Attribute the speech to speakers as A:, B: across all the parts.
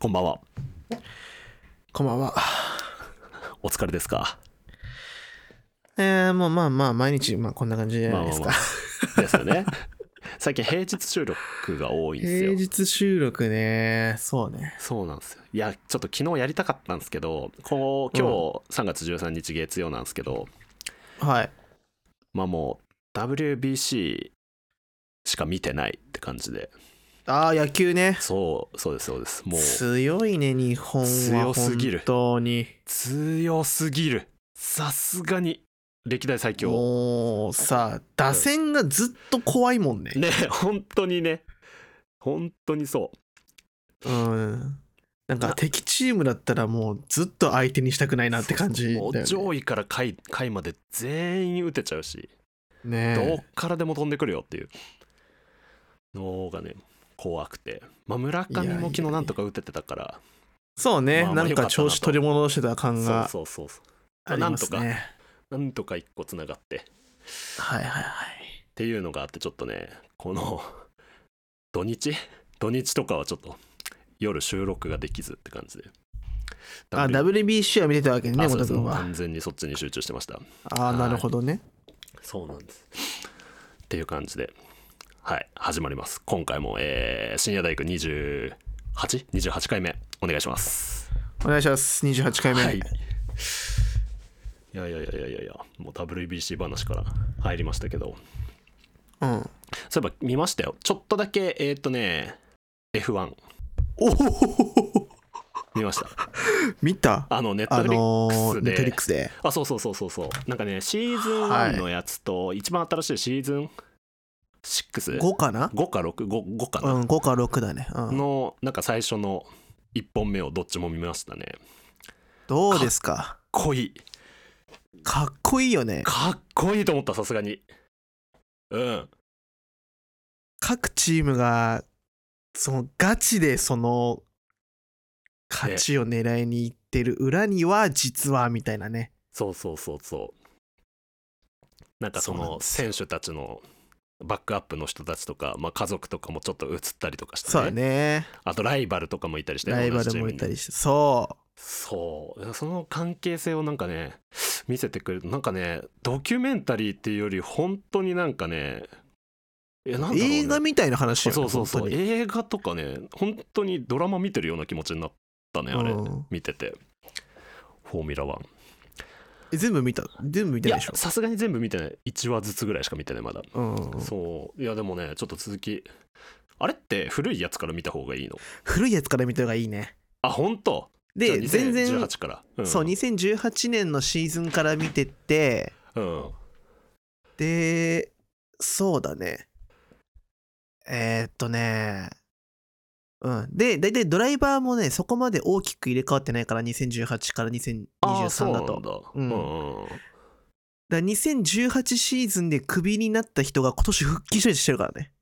A: こんばんは。
B: こんばんは。
A: お疲れですか。
B: えー、もうまあまあ、毎日、まあこんな感じじゃ
A: ま
B: な
A: あ
B: い
A: ま
B: で
A: あま
B: すか。
A: あ。 ですよね。最近平日収録が多いんです
B: 平
A: よ。
B: 日収録ね。そうね。
A: そうなんですよ。いや、ちょっと昨日やりたかったんですけど、こう今日3月13日月曜なんですけど、
B: はい。
A: まあもう WBC しか見てないって感じで。
B: ああ、野球ね。
A: そう、そうです、そうです。もう
B: 強いね、日本は。
A: 強すぎる
B: 本当に。
A: 強すぎる。さすがに歴代最強。
B: もうさ、打線がずっと怖いもんね。
A: ね、本当にね。本当にそう。
B: うん。なんか敵チームだったらもうずっと相手にしたくないなって感じだ
A: もう
B: よね。
A: 上位から下位下位まで全員打てちゃうし、
B: ね
A: ど
B: え
A: っからでも飛んでくるよっていうのがね怖くて、まあ、村上
B: いやいや
A: も昨
B: い
A: 日
B: や
A: なんとか打ててたから
B: そう
A: まあ
B: ね、
A: まあ
B: なん
A: 良かっ
B: か
A: たなと
B: 調子取り戻してた感が
A: そうそうそうそう
B: ありますね。
A: まあ
B: はい
A: なんとか一個つながってっ
B: はいはい。
A: ていうのがあってちょっとねこの土日土日とかはちょっと夜収録ができずって感じで
B: あ、
A: W-
B: WBC は見てたわけね、
A: あ
B: モ
A: そうで
B: 田
A: す
B: 君は。
A: 完全にそっちに集中してました
B: ああ、なるほどね。
A: そうなんです。っていう感じで、はい、始まります。今回も、えー深夜大工 28?28 回目、お願いします。
B: お願いします。28回目。
A: はい。いやいやいやいやいやいや、もう WBC 話から入りましたけど、
B: うん。
A: そういえば見ましたよ。ちょっとだけ、えーっとね、F1
B: おお
A: 見ました。
B: 見た
A: あ の、ネット
B: あ
A: フリ
B: の
A: ック
B: ー、
A: ス
B: ネ
A: で。
B: ットリックスで。
A: あ、そうそうそうそうそう。なんかね、シーズン
B: はい
A: 1のやつと、一番新しいシーズン 6?5
B: 5かな
A: か 6?5 5かな、
B: うん、5か6だね。うん。
A: のなんか最初の1本目をどっちも見ましたね
B: どうですか
A: かっこいい
B: かっこいいよね。
A: かっこいいと思ったさすがにうん
B: 各チームが、そのガチでその、勝ちを狙いに行ってる裏には、実は、みたいなね。
A: そうそうそうそうなんかそ
B: そうなん
A: の
B: です
A: 選手たちのバックアップの人たちとか、まあ、家族とかもちょっと映ったりとかして、
B: そうだね。
A: あとライバルとかもいたりして
B: ライバ
A: 同じ
B: ル
A: チー
B: も
A: ム
B: い
A: に
B: たりして。そ
A: そうその関係性をなんかね見せてくれるなんかねドキュメンタリーっていうより本当になんかねえなんだろ
B: う。
A: う、ね、
B: 映画みたいな話よね
A: そうそうそ
B: 本
A: う
B: 当に
A: 映画とかね本当にドラマ見てるような気持ちになったねあれ、
B: うん
A: 見ててフォーミュラワン
B: え全部見た全部見
A: い
B: て
A: や
B: ないでしょ
A: さすがに全部見てない1話ずつぐらいしか見てないまだ、
B: うん、
A: そういやでもねちょっと続きあれって古いやつから見た方がいいの
B: 古いやつから見た方がいいね
A: あ本当じゃあ
B: で全然
A: 2018から、ん
B: そう2018年のシーズンから見てって
A: うん
B: でそうだねえー、っとねうんで大体ドライバーもねそこまで大きく入れ替わってないから2018から2023
A: ああそうな
B: だ
A: んだ
B: とだか
A: うん
B: うん
A: うんうん
B: ら2018シーズンでクビになった人が今年復帰したりしてるからね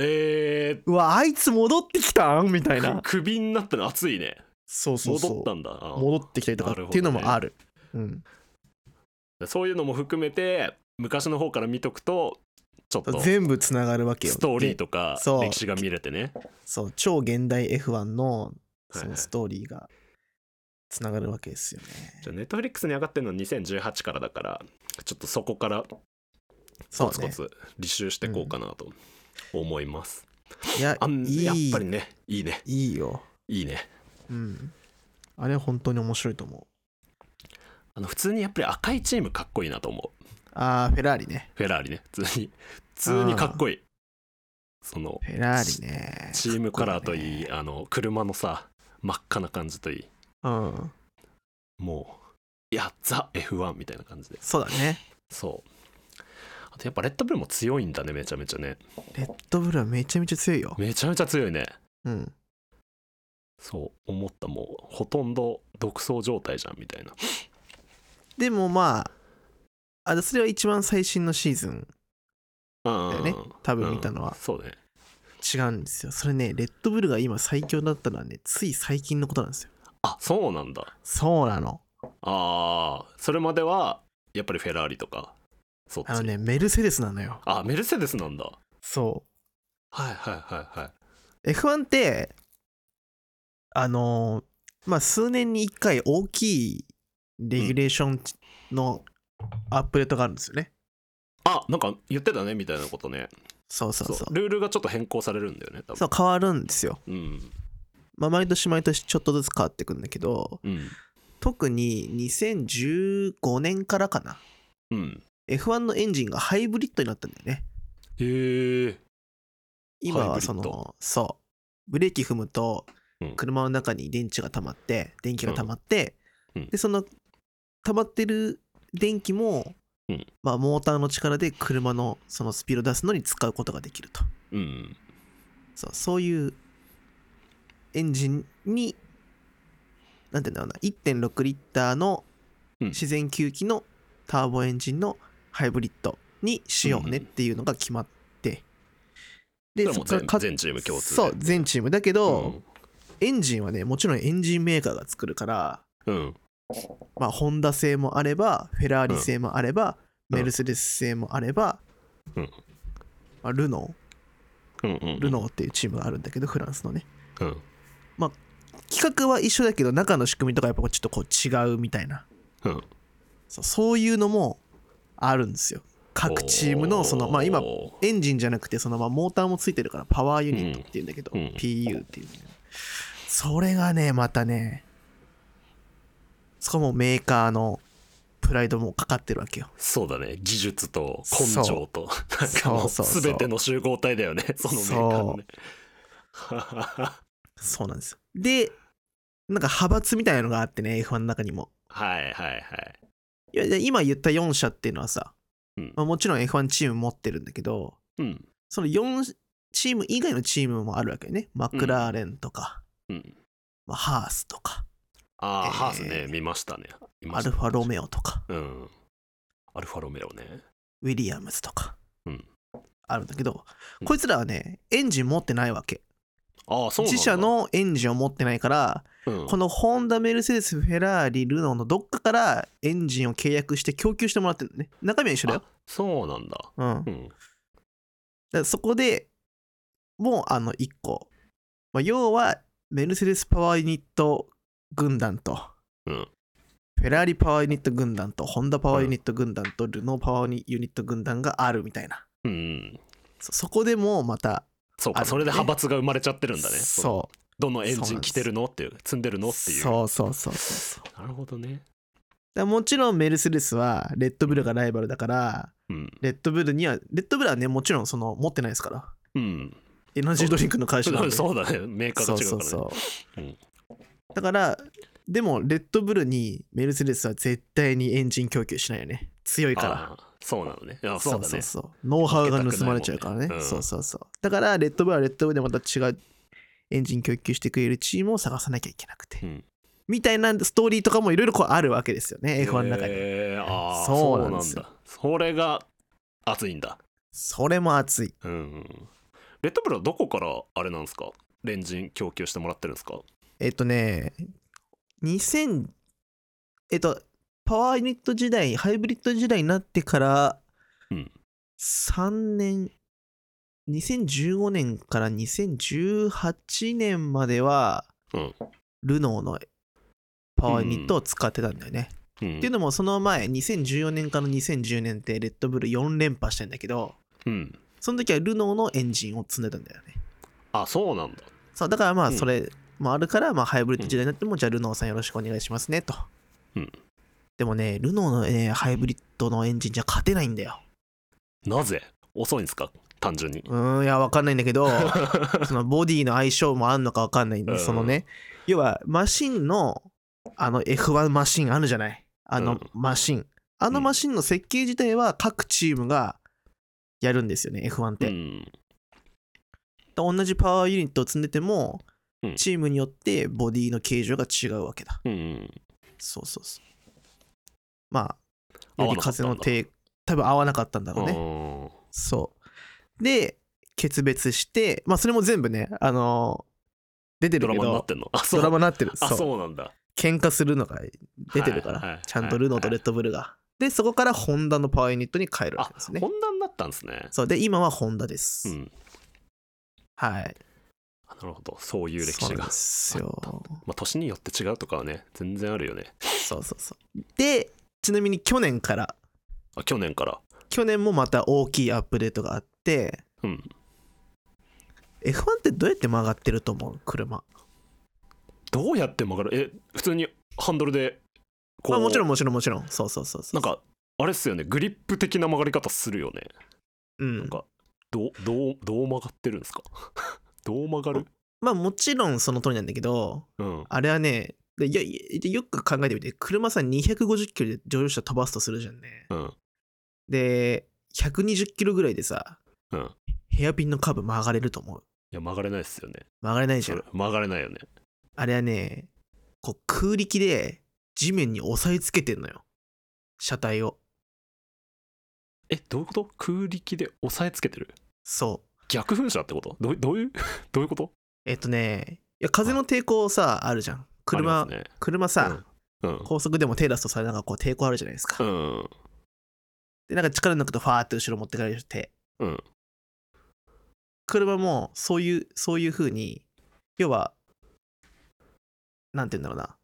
A: え
B: うわあいつ戻ってきたんみたい
A: ー、
B: な
A: くクビになったの熱いね
B: そうそうそう
A: 戻ったんだあ
B: 戻ってきたりとかっていうのもあるうん
A: そういうのも含めて昔の方から見とくとちょっと
B: 全部つながるわけよ
A: ストーリーとか
B: そう
A: 歴史が見れてね
B: でそう超現代 F1 のそ
A: はいは
B: の
A: い
B: ストーリーがつながるわけですよね、
A: じゃあネットフリックスに上がってるのは2018からだからちょっとそこから
B: そ
A: コ
B: う
A: ツ
B: ね
A: コツ履修していこうかなと思います、
B: いや
A: あん
B: いい
A: やっぱりねいいね
B: いいよ
A: いいね
B: うんあれは本当に面白いと思う
A: あの普通にやっぱり赤いチームかっこいいなと思う
B: あーフェラーリね
A: フェラーリね普通に普通にかっこいいその
B: フェラーリね
A: チームカラーといい
B: かっ
A: あの車のさ真っ赤な感じといい
B: こいいねうん
A: もういやザ F1 みたいな感じで
B: そうだね
A: そうあとやっぱレッドブルも強いんだねめちゃめちゃね
B: レッドブルはめちゃめちゃ強いよ、
A: めちゃめちゃ強いね
B: うん、
A: そう思ったもうほとんど独走状態じゃんみたいな
B: でもまああそれは一番最新のシーズンだ
A: だ
B: よね多分見たのは
A: そうね
B: 違うんですよそれねレッドブルが今最強だったのはねつい最近のことなんですよ
A: あそうなんだ
B: そうなの
A: あーそれまではやっぱりフェラーリとかそっち
B: あのね、メルセデスなのよ。
A: あメルセデスなんだ
B: そ。
A: はいはいはいはいう
B: F1 って、あのーまあ数年に1回大きいレギュレーションのアップデートがあるんですよね。
A: あなんか言ってたねみたいなことね
B: そうそうそう。
A: ルールがちょっと変更されるんだよね多分
B: そう変わるんですよ。
A: うん
B: まあ毎年毎年ちょっとずつ変わってくんだけど、
A: うん
B: 特に2015年からかな。
A: うん、
B: F1 のエンジンがハイブリッドになったんだよね。
A: へえ
B: 今
A: ハイブ
B: は
A: リッ
B: そ
A: ド
B: のそうブレーキ踏むと
A: うん
B: 車の中に電池が溜まって電気が溜まって、
A: うんうん
B: でその溜まってる電気も、
A: うん
B: まあ、モーターの力で車のそのスピードを出すのに使うことができると
A: うん
B: そうそういうエンジンになんて言うんだろうな1.6リッターの
A: うん
B: 自然吸気のターボエンジンのハイブリッドにしようねっていうのが決まって、
A: それはもう
B: っ
A: 全
B: か
A: 全チーム共通で
B: そう全チームだけど、
A: う
B: エンジンはねもちろんエンジンメーカーが作るから
A: んうん
B: まあホンダ製もあればフェラーリ製もあれば、
A: うん
B: メルセデス製もあれば、
A: うん
B: まあ、ルノ
A: うんうん
B: ールノーっていうチームがあるんだけどフランスのね
A: うん
B: 企画は一緒だけど中の仕組みとかやっぱちょっとこう違うみたいな
A: うん
B: そうそういうのもあるんですよ各チームのそのまあ今
A: お
B: エンジンじゃなくてそのまあモーターもついてるからパワーユニットっていうんだけど、
A: うんうん
B: PU っていうんだけどそれがねまたねそこもメーカーのプライドもかかってるわけよ
A: そうだね技術と根性となんかも
B: そううそうそう
A: 全ての集合体だよねそのメーカーのね
B: そうなんですよでなんか派閥みたいなのがあってね F1 の中にも
A: はいはいはい
B: いやいや今言った4社っていうのはさ、
A: うん
B: まあ、もちろん F1 チーム持ってるんだけど、
A: うん
B: その4チーム以外のチームもあるわけよね。マクラーレンとか、
A: うん
B: まあ、ハースとか、
A: ああ、
B: えー
A: ハースね見ましたね見ま
B: ア
A: した
B: ルファロメオとか、
A: うんアルファロメオね
B: ウィリアムズとか、
A: うん
B: あるんだけど、
A: うん
B: こいつらはね、エンジン持ってないわけ。
A: ああそうなんだ
B: 自社、のエンジンを持ってないから、
A: うん
B: このホンダ、メルセデス、フェラーリ、ルノーのどっかからエンジンを契約して供給してもらってるのね。中身は一緒だよ。
A: そうなんだ
B: うん。だ
A: う
B: か
A: ん
B: らそこでもう、あの、1個。まあ、要は、メルセデスパワーユニット軍団と、
A: うん
B: フェラーリパワーユニット軍団とホンダパワーユニット軍団とルノーパワーユニット軍団があるみたいな
A: うん
B: そそこでもうまた
A: そう
B: あ
A: か
B: るんだね
A: それで派閥が生まれちゃってるんだねの
B: そ
A: どのエンジン来てるのっていう積んでる
B: う
A: のっていう
B: そうそうそうそうそうだか
A: なるほどね
B: らもちろんメルセデスはレッドブルがライバルだから
A: うん
B: レッドブルにはレッドブルはねもちろんその持ってないですから
A: うん
B: エナジードリンクの会社なんで
A: そうだねメーカーが違うからね
B: そうそうそ
A: う
B: う、
A: ん
B: だからでもレッドブルにメルセデスは絶対にエンジン供給しないよね強いから
A: あーそうなのねあそうだ
B: そ
A: ね
B: うそうそうノウハウが盗まれちゃうからね
A: 負けたくないもんねうん
B: そうそうそうだからレッドブルはレッドブルでまた違うエンジン供給してくれるチームを探さなきゃいけなくて、
A: うん
B: みたいなストーリーとかもいろいろこうあるわけですよね F1 の中に、
A: へーあー
B: そ
A: そうう
B: な
A: なんん
B: で
A: だ
B: すよ
A: それが熱いんだ
B: それも熱い
A: うんうんレッドブルはどこからあれなんですかレンジン供給してもらってるんですか
B: えっとね2000えっとパワーユニット時代ハイブリッド時代になってから
A: うん
B: 3年2015年から2018年までは
A: うん
B: ルノーのパワーユニットを使ってたんだよね。
A: うん
B: っていうのもその前2014年から2010年ってレッドブル4連覇してんだけど
A: うん
B: その時はルノーのエンジンを積んでたんだよね。
A: あそうなんだ
B: そうだからまあ
A: うん
B: それもあるから、まあ、ハイブリッド時代になっても、じゃあルノーさんよろしくお願いしますねと。
A: うん
B: でもねルノーの、ね、ハイブリッドのエンジンじゃ勝てないんだよ。
A: なぜ遅いんですか単純に
B: うーんいやわかんないんだけ どそのボディの相性もあんのかわかんないんで、
A: うん
B: そのね要はマシンのあの F1 マシンあるじゃないあ
A: う
B: の
A: ん
B: マシン、あのマシンの設計自体は各チームがやるんですよね F1 って、
A: うん
B: 同じパワーユニットを積んでても、
A: うん
B: チームによってボディの形状が違うわけだ
A: うんうん
B: そうそうそうまあ
A: 合
B: よ
A: わ
B: り
A: なかった
B: 風
A: んだ
B: の低多分合わなかったんだろうね、
A: ね
B: そう。で、決別して、まあそれも全部ね、あのー出て
A: ド
B: る
A: ラ
B: けど、
A: マになってんのあそう
B: ドラマになってる。
A: あ
B: そう。
A: そうなんだ
B: 喧嘩するのが出てるから、
A: はいはい
B: ちゃんとルノーとレッドブルが。で、そこからホンダのパワーユニットに変えるわけですね
A: ホ。ンダになったんですね
B: そうで、今はホンダです。
A: うん
B: はい。
A: あなるほどそういう歴
B: そ
A: 史
B: うなん
A: が
B: ですよ。
A: まあ、年によって違うとかはね全然あるよね
B: そうそうそう。で、ちなみに去年から、
A: あ去年から
B: 去年もまた大きいアップデートがあって、
A: うん
B: F1 ってどうやって曲がってると思う車。
A: どうやって曲がるえ普通にハンドルでこう、
B: まあもちろん
A: ん
B: もちろんもちろん。そうそうそうそ
A: な
B: う。
A: んかあれっすよねグリップ的な曲がり方するよね
B: うん、
A: なんかどうどうどう曲がってるんですか どう曲がる
B: まあもちろんその通りなんだけど、
A: うん
B: あれはね、でいやいやよく考えてみて、車さ250キロで乗用車飛ばすとするじゃんね。
A: うん
B: で、120キロぐらいでさ、
A: うん
B: ヘアピンのカーブ曲がれると思う。
A: いや曲がれないっすよね
B: 曲がれないじ
A: そ
B: ゃ
A: れ
B: ん。
A: 曲がれないよね
B: あれはね、こう空力で地面に押さえつけてんのよ。車体を。
A: えどういうこと空力で押さえつけてる
B: そう。
A: 逆噴射ってことどうどう いうどういうこと
B: えっとね、いや風の抵抗さ、あるじゃん。車、
A: ありますね
B: 車さ、
A: うん
B: 高速でも手出すとさ、なんかこう抵抗あるじゃないですか。
A: うん
B: で、なんか力抜くとファーって後ろ持ってかれる手。
A: うん
B: 車もそういう、そういう風に、要は、なんて言うんだろうな。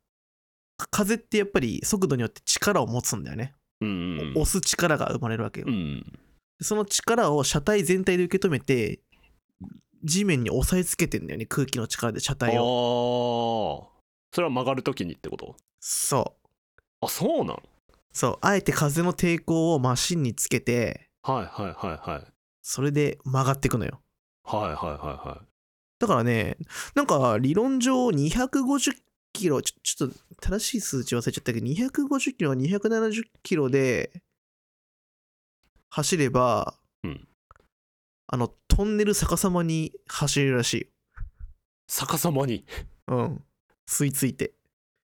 B: か風ってやっぱり速度によって力を持つんだよね。
A: うんうん
B: 押す力が生まれるわけよ。
A: うん
B: その力を車体全体で受け止めて、地面に押さえつけてんだよね、空気の力で
A: あ
B: 車
A: あ
B: 体を。
A: それは曲がるときにってこと
B: そ
A: あそうなん
B: う。そう。あえて風の抵抗をマシンにつけて、
A: はいはいはいはい
B: それで曲がっていくのよ。
A: はいはいはいはい
B: だからね、なんか理論上250キロ、ちょちょっと正しい数値忘れちゃったけど、250キロ、270キロで走れば、
A: うん
B: あの、トンネル逆さまに走れるらしい
A: 逆さまに
B: よ。うん。吸い付いて。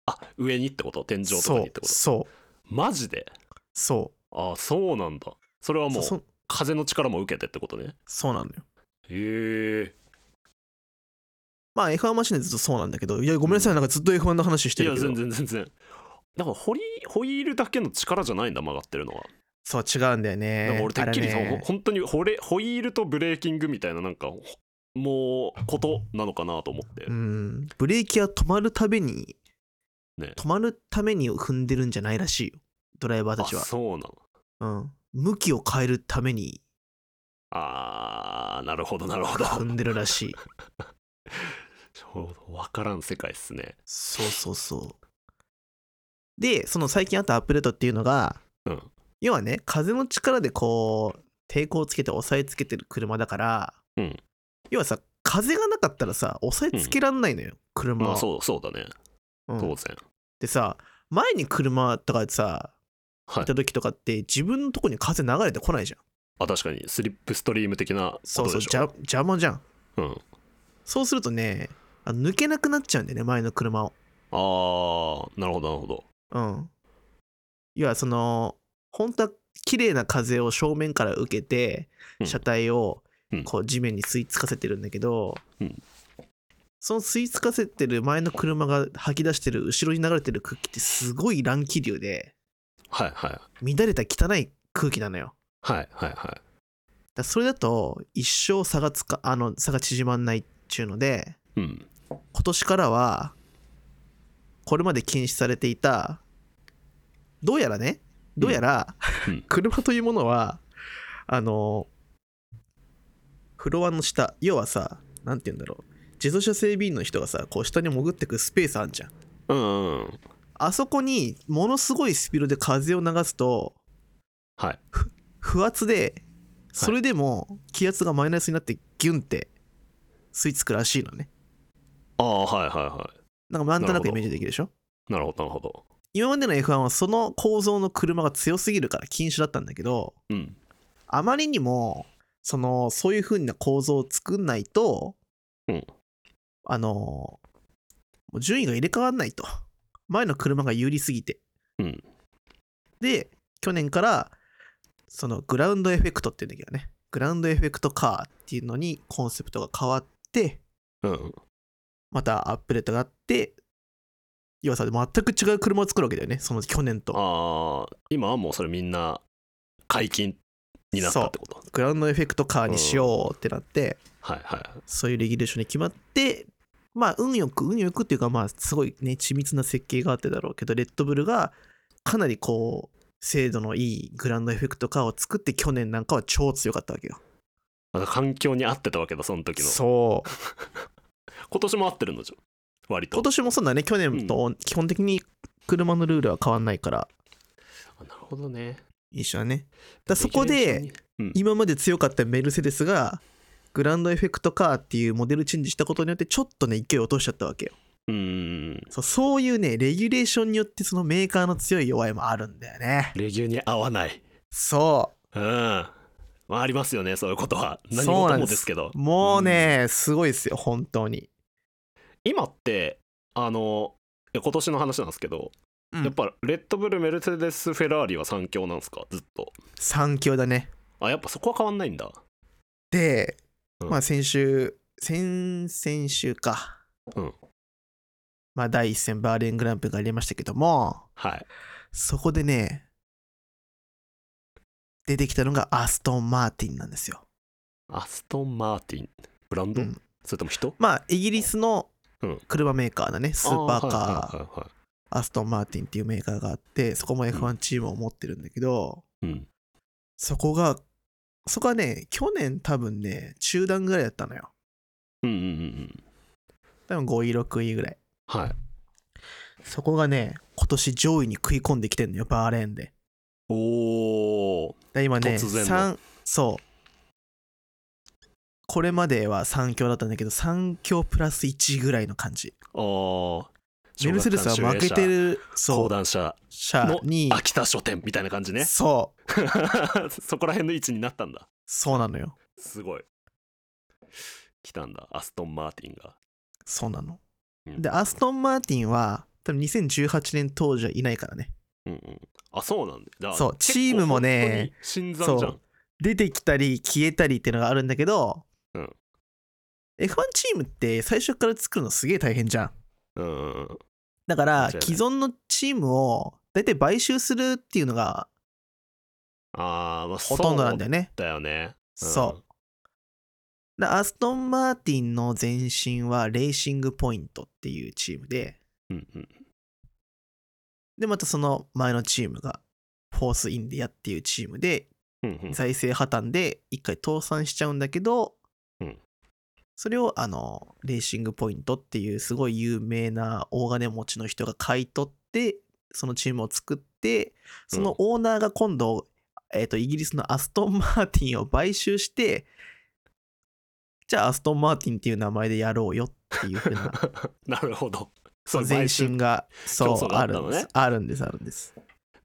A: あ上にってこと天井とかにってこと
B: そう。
A: マジで
B: そう。
A: あそうなんだそれは
B: そ
A: も
B: う。
A: う
B: そ
A: 風の力も受けてってことね
B: そうなのよ。
A: へえ
B: まあ F1 マシンでずっとそうなんだけど、いや、ごめんなさい、なんかずっと F1 の話して
A: い
B: る
A: や
B: けど。
A: 全然全然だからホリホイールだけの力じゃないんだ曲がってるのは
B: そう、違うんだよね。
A: でも俺てっきり
B: あ
A: そ
B: れ
A: の、
B: ね
A: 本当にホレホイールとブレーキングみたいななんかほもうことなのかなと思って、
B: うん、ブレーキは止まるために、
A: ね
B: 止まるために踏んでるんじゃないらしいよドライバー
A: あ
B: たちは、
A: そうなの
B: うん、向きを変えるために
A: あーなるほどなるほど
B: 踏んでるら しい
A: 分からん世界っすね
B: そうそうそうでその最近あったアップデートっていうのが
A: うん
B: 要はね風の力でこう抵抗をつけて押さえつけてる車だから、
A: うん
B: 要はさ風がなかったらさ押さえつけらんないのよ、車は、
A: まあそうそうだね
B: うん
A: 当然、
B: でさ前に車とかさ
A: はい
B: 行った時とかって自分のとこに風流れてこないじゃん
A: あ確かにスリップストリーム的なこと
B: そう
A: でし
B: そ
A: ょ
B: う邪邪魔じゃん
A: うん、
B: そうするとねあの抜けなくなっちゃうんだよね前の車を
A: あーなるほどなるほど
B: うん要はその本当は綺麗な風を正面から受けて
A: うん
B: 車体を
A: うん
B: こう地面に吸い付かせてるんだけど、
A: うん
B: その吸い付かせてる前の車が吐き出してる後ろに流れてる空気ってすごい乱気流で
A: はいはい
B: 乱れた汚い空気なのよ
A: はいはいはい
B: だからそれだと一生差がつかあの差が縮まんないっちゅうので
A: うん
B: 今年からはこれまで禁止されていたどうやらねどうやら、
A: うんうん
B: 車というものはあのフロアの下要はさなんて言うんだろう自動車整備員の人がさこう下に潜ってくスペースあんじゃん
A: うんうん
B: あそこにものすごいスピードで風を流すと
A: はい
B: 不圧でそれでも気圧がマイナスになってギュンって吸い付くらしいのね
A: ああはいはいは
B: なんかなんとな
A: なるほ
B: く
A: ど
B: イメージできるでしょ
A: いなるほどなるほど
B: 今までの F1 はその構造の車が強すぎるから禁止だったんだけど
A: うん
B: あまりにもそのそういう風な構造を作んないと、
A: うん
B: あのもう順位が入れ替わんないと前の車が有利すぎて
A: うん
B: で去年からそのグラウンドエフェクトっていうんだけどねグラウンドエフェクトカーっていうのにコンセプトが変わって
A: うん
B: またアップデートがあって要はさ全く違う車を作るわけだよねその去年と
A: ああ今はもうそれみんな解禁になったってこと
B: グラウンドエフェクトカーにしようってなって、
A: はいはい
B: そういうレギュレーションに決まって、まあ、運よく、運よくっていうか、まあ、すごいね、緻密な設計があってだろうけど、レッドブルがかなりこう、精度のいいグランドエフェクトカーを作って、去年なんかは超強かったわけよ。
A: また環境に合ってたわけだその時の
B: そう。
A: 今年も合ってるのじゃ割と
B: 今年もそうだね、去年と基本的に車のルールは変わんないから、
A: あなるほどね
B: 一緒だね。だからそこ
A: レギュレーション
B: で、
A: にうん
B: 今まで強かったメルセデスが、グランドエフェクトカーっていうモデルチェンジしたことによって、ちょっとね、勢いを落としちゃったわけよ。
A: うーん
B: そうそういうね、レギュレーションによってそのメーカーの強い弱いもあるんだよね。
A: レギュに合わない
B: そ
A: うんまあありますよねそういうことは何
B: そう
A: 事
B: なんで
A: も
B: す
A: ですけど
B: う。もうね、すごいですよ、本当に。
A: 今ってあのいや今年の話なんですけど、
B: うん
A: やっぱレッドブルメルセデスフェラーリは三強なんですかずっと
B: 三強だね。
A: あやっぱそこは変わんないんだ
B: で、
A: うん
B: まあ先週、先々週か。
A: うん
B: まあ第一戦バーレングランプリがありましたけども、
A: はい
B: そこでね、出てきたのがアストン・マーティンなんですよ。
A: アストン・マーティンブランド、
B: うん
A: それとも人
B: まあイギリスの
A: うん
B: 車メーカーだね、スーパー
A: あ
B: カー
A: はい。はいはいは
B: アストン・マーティンっていうメーカーがあってそこも F1 チームを持ってるんだけど、
A: いうん
B: そこがそこはね去年多分ね中段ぐらいだったのよ
A: うんうんうんうん
B: 多分5位6位ぐらい
A: はい
B: そこがね今年上位に食い込んできてんのよバーレーンで
A: おお
B: だ今ね
A: 突然の
B: 三そうこれまでは3強だったんだけど3強プラス1ぐらいの感じ
A: ああ
B: メルセデスは負けてるそ
A: 講
B: う
A: 談社
B: 車
A: の
B: に
A: 秋田書店みたいな感じね
B: そう
A: そこら辺の位置になったんだ
B: そうなのよ
A: すごい来たんだアストン・マーティンが、
B: そうなの
A: うん
B: でアストン・マーティンは多分2018年当時はいないからね
A: うんうん、あそうなんだじゃあ
B: そう
A: 結構
B: チームもね
A: 本当に新参じゃん
B: そう出てきたり消えたりっていうのがあるんだけど、
A: うん
B: F1 チームって最初から作るのすげえ大変じゃん
A: うんうんうん
B: だから
A: 間違いない
B: 既存のチームを大体買収するっていうのが
A: あー、まあ
B: ほとんどなんだ
A: よ
B: よね
A: だよね
B: そう
A: うん
B: だからアストン・マーティンの前身はレーシングポイントっていうチームで
A: うんうん
B: でまたその前のチームがフォース・インディアっていうチームで
A: うん うん
B: 財政破綻で一回倒産しちゃうんだけど、
A: うん
B: それをあのレーシングポイントっていうすごい有名な大金持ちの人が買い取ってそのチームを作ってそのオーナーが今度、えー、とイギリスのアストン・マーティンを買収してじゃあアストン・マーティンっていう名前でやろうよっていうふうな
A: なるほど そう
B: 前
A: 買収
B: 進が
A: 競
B: そ
A: 争
B: う
A: があ
B: あ
A: った
B: る
A: の
B: ん
A: ね
B: ですあるんですあるんです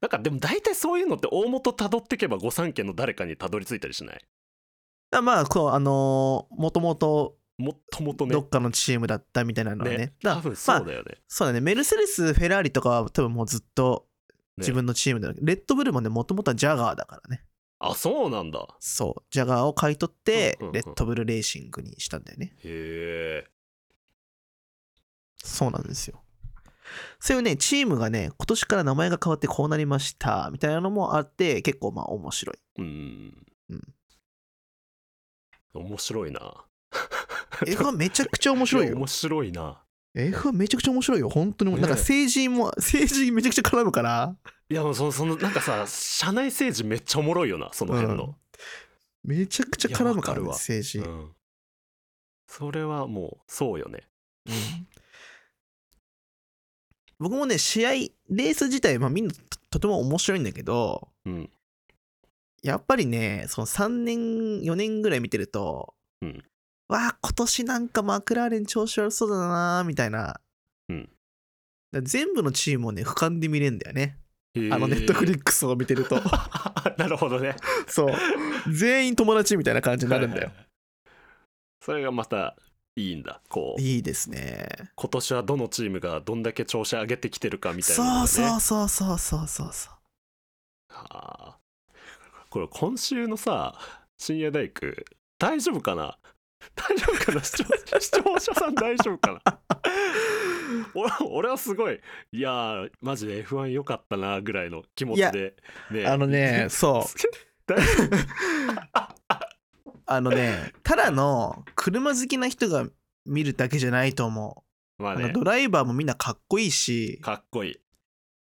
A: なんかでも大体そういうのって大元たどってけば御三家の誰かにたどり着いたりしない
B: だからまあこうあのもともと
A: もっともとね
B: どっかのチームだったみたいなのはね
A: ね
B: だ
A: 多分そう
B: まあ
A: だよね、
B: そうだねメルセデスフェラーリとかは多分もうずっと自分のチームだ、レッドブルもねもともとはジャガーだからね
A: あそうなんだ
B: そうジャガーを買い取って
A: うんうんうん
B: レッドブルレーシングにしたんだよね
A: へえ
B: そうなんですよそういうねチームがね今年から名前が変わってこうなりましたみたいなのもあって結構まあ面白い
A: うん
B: うん
A: 面白いな
B: F1 めちゃくちゃ面白い
A: や
B: よ
A: 面白いな
B: F1 めちゃくちゃ面白いよ本当に、
A: ね
B: なんか政治も政治めちゃくちゃ絡むから
A: いやもうそのそのなんかさ社内政治めっちゃおもろいよなその辺の、
B: めちゃくちゃ絡むから,、
A: いやわかるわ
B: 政治、
A: うんそれはもうそうよね
B: 僕もね試合レース自体、まあ、みんなととても面白いんだけど
A: うん
B: やっぱりねその3年4年ぐらい見てると、
A: うん
B: わあ今年なんかマクラーレン調子悪そうだなーみたいな、
A: うん
B: だから全部のチームをね俯瞰で見れるんだよねあのネットフ
A: ッ
B: リックスを見てると
A: なるほどね
B: そう全員友達みたいな感じになるんだよ
A: それがまたいいんだこう
B: いいですね
A: 今年はどのチームがどんだけ調子上げてきてるかみたいなのが
B: そ
A: ね
B: うそうそうそうそうそうそう
A: はあこれ今週のさ深夜大工大丈夫かな大丈夫かな視 聴視聴者さん大丈夫かな俺俺はすごいいやーマジで F1 良かったなぐらいの気持ちでね
B: あのねそう
A: 大丈夫
B: あの ね、ただの車好きな人が見るだけじゃないと思
A: まあ
B: う。あの
A: ね
B: ドライバーもみんなかっこいいし、
A: かっこいい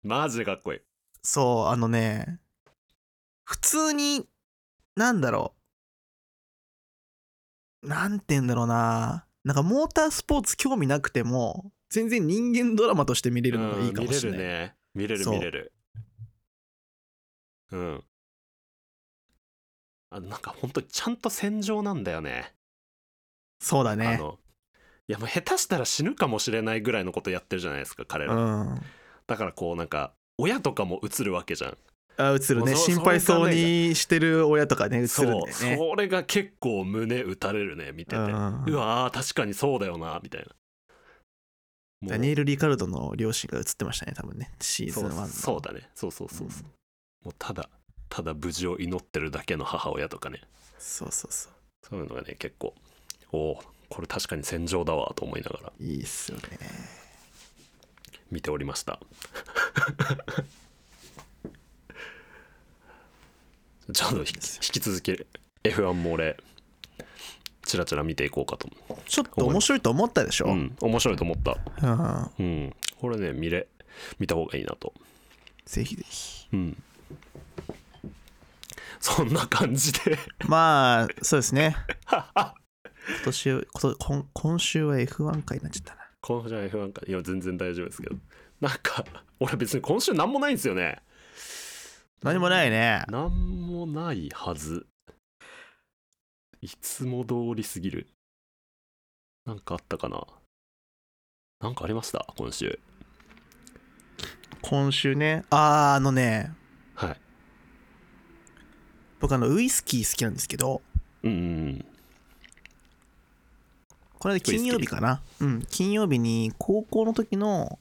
A: マジでかっこいい
B: そう、あのね、普通に、なんだろう。なんて言うんだろうな。なんかモータースポーツ興味なくても、全然人間ドラマとして見れるのがいいかもしれない。
A: うん見れるね見れる
B: そう
A: 見れるうんあなんかほんとちゃんと戦場なんだよね
B: そうだ
A: あ
B: ね。
A: のいやもう下手したら死ぬかもしれないぐらいのことやってるじゃないですか彼
B: う
A: ら、
B: ん。
A: だからこうなんか親とかも映るわけじゃん
B: あ映るね
A: もうそ
B: 心配そうにしてる親とかね映るんだよ
A: そう
B: ね
A: それが結構胸打たれるね見てて、う
B: うん
A: わー確かにそうだよなみたいなもう
B: ダニエル・リカルドの両親が映ってましたね多分ねシーズン
A: そう
B: 1の
A: そうだねそうそうそうそう、
B: うん
A: もうただただ無事を祈ってるだけの母親とかね
B: そうそうそ
A: そういうのがね結構おおこれ確かに戦場だわと思いながら
B: ういいっすよね
A: 見ておりました ちょっと引き引き続き F1 も俺チラチラ見ていこうかと
B: ちょっと面白いと思ったでしょ、
A: 思う、うん、面白いと思った
B: う
A: う
B: ん
A: んこれね見れ見た方がいいなと
B: ぜひぜひ
A: うんそんな感じで
B: まあそうですね今年こと今今週は F1 回になっちゃったな
A: 今週は F1 かいや全然大丈夫ですけどなんか俺別に今週何もないんですよね
B: 何もないね
A: 何もないはずいつも通りすぎるなんかあったかななんかありました今週
B: 今週ねあーあのね
A: はい
B: 僕あのウイスキー好きなんですけど
A: うんうん
B: これで金曜日かなうん金曜日に高校の時の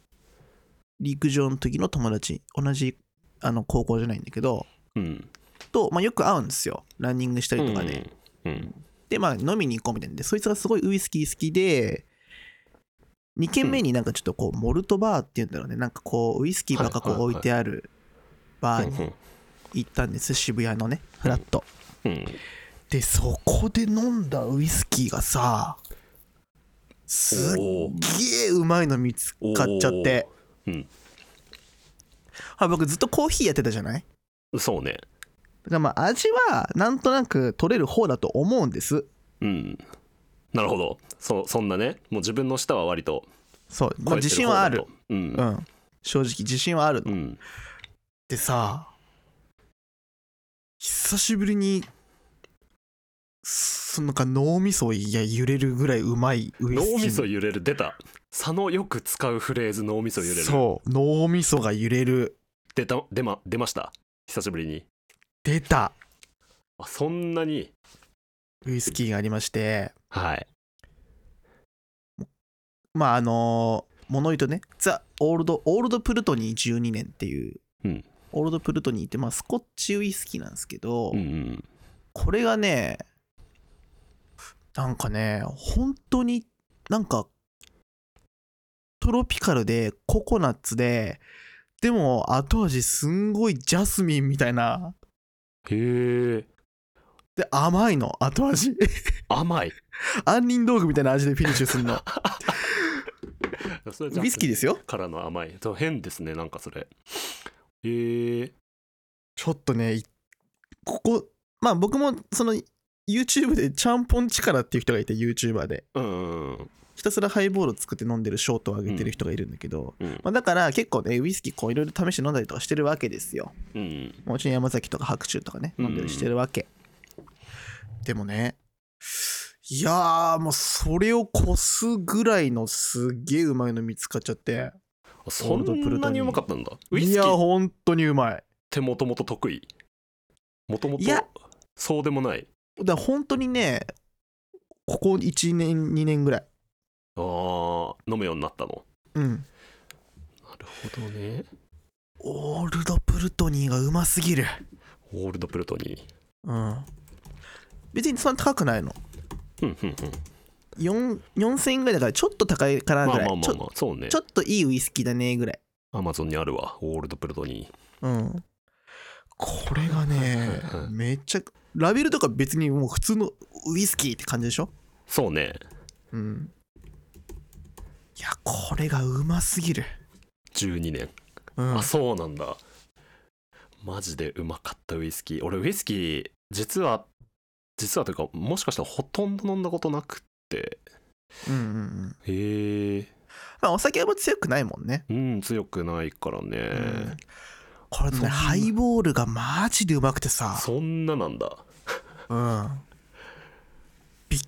B: 陸上の時の友達同じあの高校じゃないんだけど
A: うんうん
B: と、まあ、よく会うんですよランニングしたりとかで、
A: うんうん
B: でまあ飲みに行こうみたいなんでそいつがすごいウイスキー好きで2軒目になんかちょっとこうモルトバーっていうんだろうねなんかこうウイスキーばっかこ
A: はいうはいはい
B: 置いてあるバー
A: うんう
B: に
A: ん
B: 行ったんです渋谷のねフラット
A: うん
B: でそこで飲んだウイスキーがさすっげえうまいの見つかっちゃって
A: おーうん
B: あ僕ずっとコーヒーやってたじゃない
A: そうね
B: だからまあ味はなんとなく取れる方だと思うんです
A: うんなるほどそそんなねもう自分の舌は割と
B: そう、まあ、
A: 超えて
B: 自
A: る
B: 信
A: 方
B: はあ
A: だ
B: る
A: とうん
B: う、ん正直自信はある
A: う
B: っ
A: ん、
B: てさ久しぶりにそのか脳みそいや揺れるぐらいうまいウイスキー
A: 脳みそ揺れる出た佐野よく使うフレーズ脳みそ揺れる
B: そう脳みそが揺れる
A: 出た出ま出ました久しぶりに
B: 出た
A: あそんなに
B: ウイスキーがありまして
A: はい
B: まああの物言うとねザ・オールドオールドプルトニー12年っていう、
A: うん
B: オールドプルトニーってまあスコッチウイスキーなんですけど、
A: うんうん
B: これがねなんかね本当になんかトロピカルでココナッツででも後味すんごいジャスミンみたいな
A: へえ
B: で甘いの後味
A: 甘 い
B: 杏仁豆腐みたいな味でフィニッシュすんの
A: それ
B: ウイスキ
A: で
B: ーですよ
A: からの甘いそう変ですねなんかそれへえ
B: ちょっとねいここまあ僕もその YouTube でちゃんぽん力っていう人がいて YouTuber で
A: うんうん
B: ひたすらハイボール作って飲んでるショートを上げてる人がいるんだけど、
A: うん
B: まあ、だから結構ねウイスキーこういろいろ試して飲んだりとかしてるわけですよ
A: うん
B: もちろん山崎とか白州とかね
A: うん
B: 飲んだりしてるわけ、でもねいやーもうそれを越すぐらいのすっげえうまいの見つかっちゃって
A: あそんなにうまかったんだウイ
B: い
A: スキ
B: や
A: ーっ
B: 本当にうまい
A: てもともと得意もともと
B: いや
A: そうでもない
B: だから本当にねここ1年2年ぐらい
A: あー飲むようになったの
B: うん
A: なるほどね
B: オールドプルトニーがうますぎる
A: オールドプルトニ
B: うん別にそんな高くないの
A: ーうんうんうん
B: 4 4000円ぐらいだからちょっと高いかな
A: まあ
B: ぐらい、
A: まあま
B: ち
A: あ
B: ょ
A: まあそうね
B: ちょっといいウイスキーだねぐらい。
A: アマゾンにあるわオールドプルトニー
B: うん。これがね
A: う、
B: めっちゃ、ラベルとか別にもう普通のウイスキーって感じでしょ
A: そうね
B: うん。いや、これがうますぎる。
A: 12年
B: うん
A: あ。そうなんだマジでうまかったウイスキー俺ウイスキー実は実はというかもしかしたらほとんど飲んだことなくって
B: うんうんうん。
A: へえ
B: まあ、お酒も強くないもんね。
A: うん強くないからね、
B: うんこれ
A: そん
B: ね、
A: な
B: ハイボールがマジでうまくてさ、
A: そんななんだ
B: うん。びっ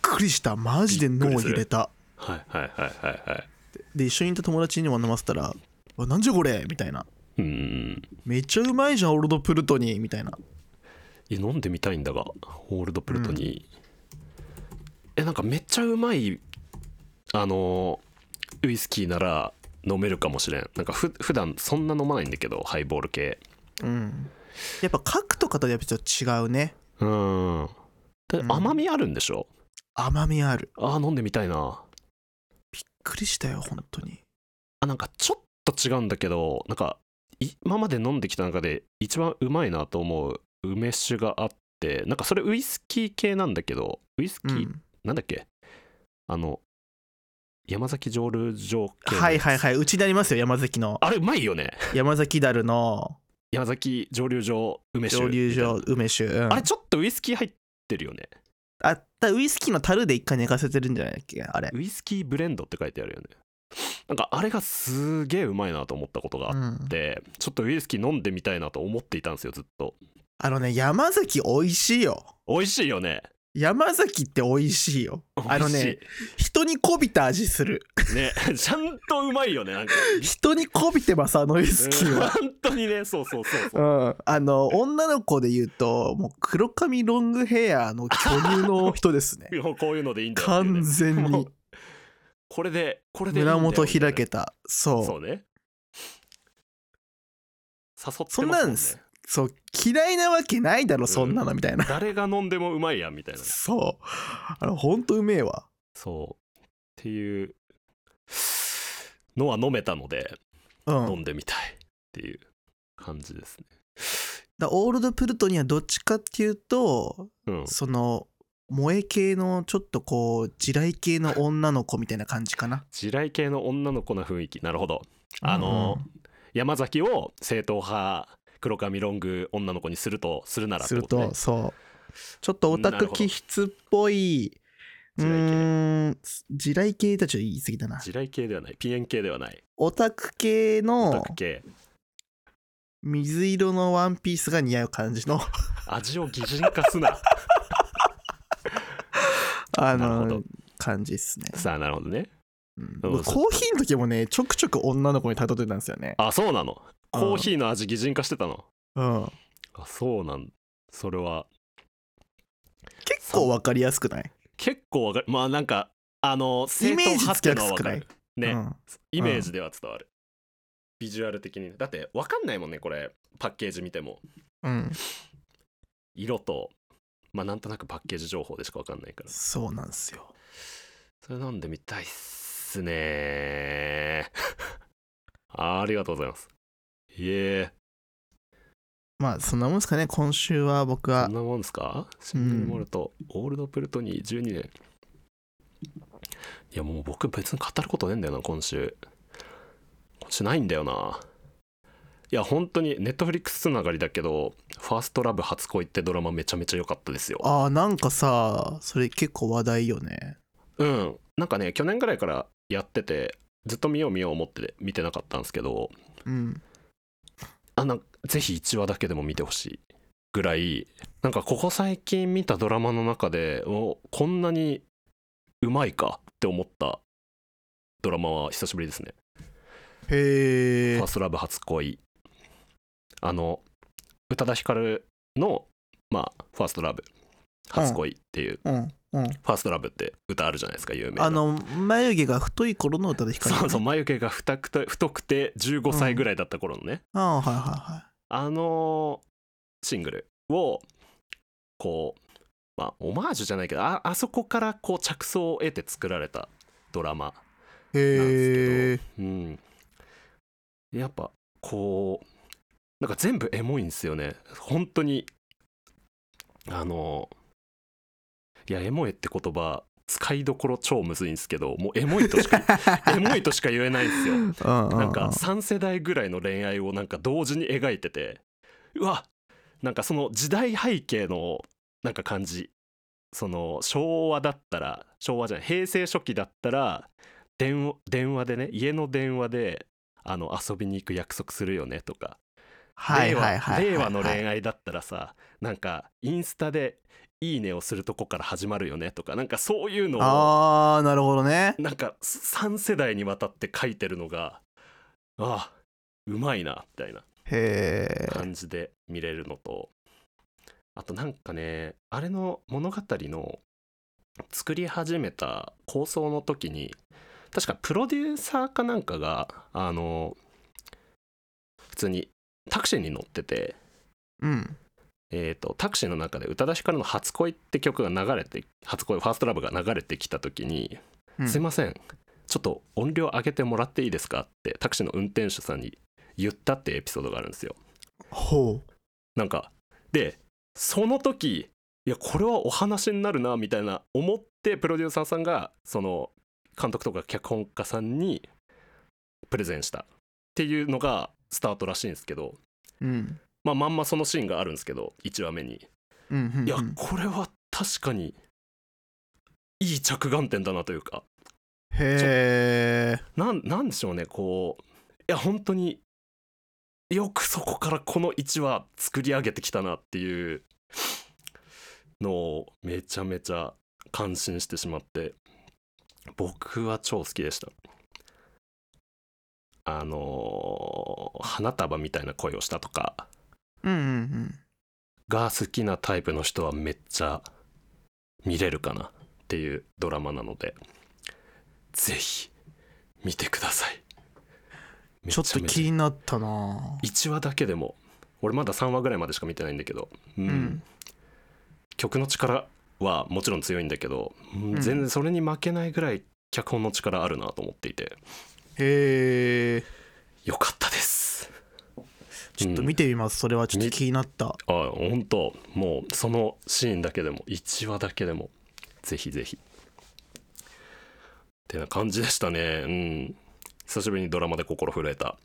B: くりした。マジで脳入れた。
A: はいはいはいはいはい
B: で、一緒にいた友達にも飲ませたら、わなんじゃこれみたいな。
A: うん
B: めっちゃうまいじゃん、オールドプルトニーみたいな。
A: いや飲んでみたいんだがオールドプルトニー、えなんかめっちゃうまいあのーウイスキーなら飲めるかもしれんなんかふ普段そんな飲まないんだけどハイボール系
B: うん。やっぱ核とかとやっぱちょっと違うね。
A: うんで
B: うん
A: 甘みあるんでしょ
B: 甘みある。
A: あー飲んでみたいな
B: びっくりしたよ、本当に。
A: あなんかちょっと違うんだけどなんかい今まで飲んできた中で一番うまいなと思う梅酒があってなんかそれウイスキー系なんだけどウイスキ
B: う
A: ー
B: ん。
A: なんだっけあの山崎蒸留所系の
B: はいはいはい。うちにありますよ、山崎の。
A: あれうまいよね
B: 山崎だるの
A: 山崎蒸留所梅酒
B: 蒸留
A: みたい
B: 所
A: な
B: 梅酒。うん
A: あれちょっとウイスキー入ってるよね
B: あったウイスキーの樽で一回寝かせてるんじゃないっけあれ。
A: ウイスキーブレンドって書いてあるよねなんかあれがすげえうまいなと思ったことがあっ
B: うん
A: て、ちょっとウイスキー飲んでみたいなと思っていたんですよずっと
B: あのね山崎美味しいよ
A: 美味しいよね
B: 山崎って美味しいよあのね
A: 美
B: 人にこびた味する
A: 味しいね ちゃんとうまいよねなんか
B: 人にこびてますあのウイスキーは
A: 本当にねそうそうそうそう
B: うんあの女の子で言うともう黒髪ロングヘアの巨乳の人で すね
A: もうこういうのでいいんだよっていうね
B: 完全
A: もう
B: に
A: これでこれでいいんだ
B: 胸
A: よ
B: 元開
A: みたい
B: けたそ
A: な
B: う
A: そ
B: そう
A: うね誘ってます
B: そ
A: も
B: ん
A: ん、ね、
B: なんす嫌いなわけないだろそんなのみたいな、
A: 誰が飲んでもうまいやんみたいなね
B: そうあのほんとうめえわ
A: そうっていうのは飲めたので
B: う
A: 飲
B: ん
A: んでみたいっていう感じですね
B: だオールドプルトにはどっちかっていうと
A: うん
B: その萌え系のちょっとこう地雷系の女の子みたいな感じかな
A: 地雷系の女の子な雰囲気なるほどあの、
B: うん
A: 山崎を正統派黒髪ロング女の子にするとするならっ
B: す
A: て
B: る
A: ことね
B: そうちょっとオタ
A: なる
B: ク
A: ほど
B: 気質っぽい
A: 地
B: う
A: 雷系
B: ーん地雷系たちは言い過ぎだな
A: 地雷系ではないピエン系ではない
B: オタク系
A: オ
B: の
A: タク系
B: 水色のワンピースが似合う感 じの
A: 味を擬人化すな
B: あ
A: なるほ
B: の
A: ど
B: 感じっすね、
A: さあなるほどね
B: うん
A: うん
B: 僕コーヒーの時もねちょくちょく女の子に例えてたんですよね
A: あそうなのコーヒーの味擬人化してたの
B: ー、うん、
A: あそうなんそれは
B: 結構わかりやすくない
A: 結構わかるまあなんかあの正
B: イメ
A: 統
B: ージ
A: 派
B: つ
A: っ
B: き
A: て
B: や
A: のは
B: す
A: わ
B: く
A: か
B: ない
A: る、ね、
B: うん
A: イメージでは伝わる、ビジュアル的にだってわかんないもんねこれパッケージ見ても
B: うん、
A: 色とまあなんとなくパッケージ情報でしかわかんないから
B: そうなんですよ
A: それ飲んでみたいっすね ありがとうございますいえ
B: まあそんなもんですかね今週は僕
A: そ
B: は
A: んなもんですかシングルモルト、オールドプルトニー12年いやもう僕別に語ることねえんだよな今週今週ないんだよないや本当にネットフリックスつながりだけど「ファーストラブ初恋」ってドラマめちゃめちゃ良かったですよ
B: ああなんかさそれ結構話題よね
A: うんなんかね去年ぐらいからやっててずっと見よう見よう思ってて見てなかったんですけど
B: うん
A: あなんぜひ1話だけでも見てほしいぐらいなんかここ最近見たドラマの中でおこんなにうまいかって思ったドラマは久しぶりですね「フ
B: へえ
A: ァーストラブ初恋」あの宇多田ヒカルの、まあ「ファーストラブ初恋」っていう「
B: うんうん
A: ファーストラブ」って歌あるじゃないですか有名な
B: あの眉毛が太い頃の歌で光る
A: そうそう眉毛が太くて太くて15歳ぐらいだった頃のね、
B: ああはいはいはい
A: あのシングルをこうまあオマージュじゃないけどああそこからこう着想を得て作られたドラマ
B: へえ
A: うんやっぱこうなんか全部エモいんですよね本当にあのいやエモいって言葉使いどころ超むずいんですけどもうエモいとし かエモいとしか言えないんですよ
B: うん
A: なんか3世代ぐらいの恋愛をなんか同時に描いててうわなんかその時代背景のなんか感じその昭和だったら昭和じゃない平成初期だったら電話電話でね家の電話であの遊びに行く約束するよねとか
B: はいはいはいはいはい
A: 令和令和の恋愛だったらさなんかインスタで「いいね」をするとこから始まるよねとかなんかそういうのを
B: あーなるほどね
A: なんか3世代にわたって書いてるのがああうまいなみたいな
B: へえ
A: 感じで見れるのとあとなんかねあれの物語の作り始めた構想の時に確かプロデューサーかなんかがあの普通にタクシーに乗ってて
B: うん
A: えー、とタクシーの中で宇多田ヒカルの「初恋」って曲が流れて「初恋」「ファーストラブ」が流れてきた時に「
B: うん
A: すいませんちょっと音量上げてもらっていいですか?」ってタクシーの運転手さんに言ったってエピソードがあるんですよ。
B: ほう
A: なんかでその時いやこれはお話になるなみたいな思ってプロデューサーさんがその監督とか脚本家さんにプレゼンしたっていうのがスタートらしいんですけど、
B: うん
A: まあ、まんまそのシーンがあるんですけど1話目に。
B: うんうんうん
A: いやこれは確かにいい着眼点だなというか
B: へえ
A: なんなんでしょうねこういや本当によくそこからこの1話作り上げてきたなっていうのをめちゃめちゃ感心してしまって僕は超好きでしたあのー花束みたいな声をしたとか
B: うんうんうん
A: が好きなタイプの人はめっちゃ見れるかなっていうドラマなのでぜひ見てくださいめ
B: ちょっと
A: め
B: 気になったな
A: 1話だけでも俺まだ3話ぐらいまでしか見てないんだけど、う
B: うんん
A: 曲の力はもちろん強いんだけど、うん
B: うん
A: 全然それに負けないぐらい脚本の力あるなと思っていて
B: へえ
A: よかったです
B: ちょっと見てみますそれはちょっと気になった
A: あ本当もうそのシーンだけでも1話だけでもぜひぜひってな感じでしたねうん久しぶりにドラマで心震えた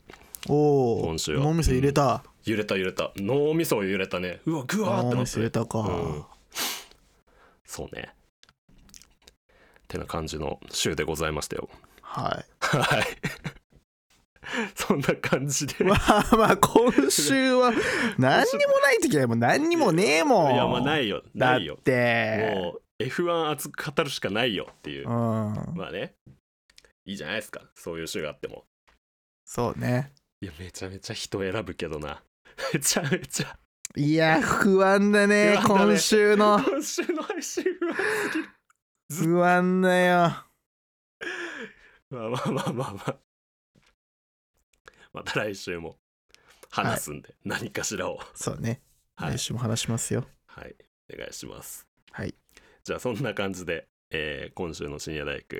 B: おお
A: 今週は
B: 脳みそ入れた
A: 揺れた揺れた脳みそを揺れたねうわぐわーって
B: 脳
A: な
B: み
A: っ
B: そ入れ
A: て
B: たか
A: うんそうねってな感じの週でございましたよ
B: はい
A: はい そんな感じで
B: まあまあ今週は何にもない時はもう何にもねえも ん
A: いやまあないいよ
B: だ
A: な
B: っ
A: いよ
B: て
A: もう F1 熱く語るしかないよっていう
B: うん
A: まあねいいじゃないですかそういう週があっても
B: そうね
A: いやめちゃめちゃ人選ぶけど なめちゃめちゃ
B: いや不安だ
A: 不
B: ね
A: 安だね
B: 今週の
A: 今週の配信は
B: 不安だよ
A: まあまあまあまあまあまた来週も話すんで、何かしらを
B: そうね
A: はい
B: 来、週も話しますよ
A: はい、お願いします
B: はい
A: じゃあそんな感じで、えー今週の深夜大工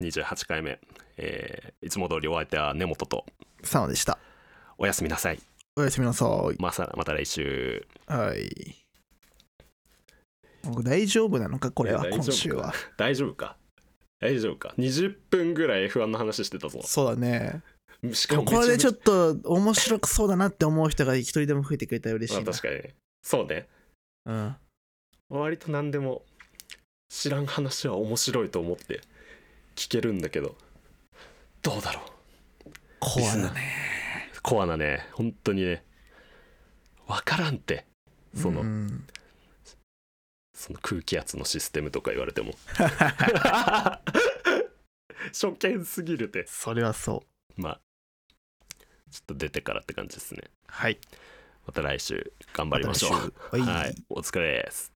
A: 28回目、えーいつも通りお相手は根本と
B: サナでした
A: おやすみなさい
B: おやすみなさい
A: まさまた来週
B: はい僕大丈夫なのかこれはい
A: や大丈
B: 今
A: 夫か
B: 週は
A: 大丈夫か大丈夫か20分ぐらい F1 の話してたぞ
B: そうだね
A: しか
B: で
A: も
B: も
A: めちゃ
B: こ
A: め
B: れ
A: ちゃ
B: でちょっと面白くそうだなって思う人が一人でも増えてくれたら嬉しい
A: ま
B: な
A: あ、確かにねそうね
B: うん
A: 割と何でも知らん話は面白いと思って聞けるんだけどどうだろう
B: コアだね
A: コアなね本当にね分からんってその,、
B: うん
A: その空気圧のシステムとか言われて も初見すぎるて
B: それはそう
A: まあちょっと出てからって感じですね
B: はい
A: また来週頑張りましょう、
B: た来週はい
A: はい、お疲れです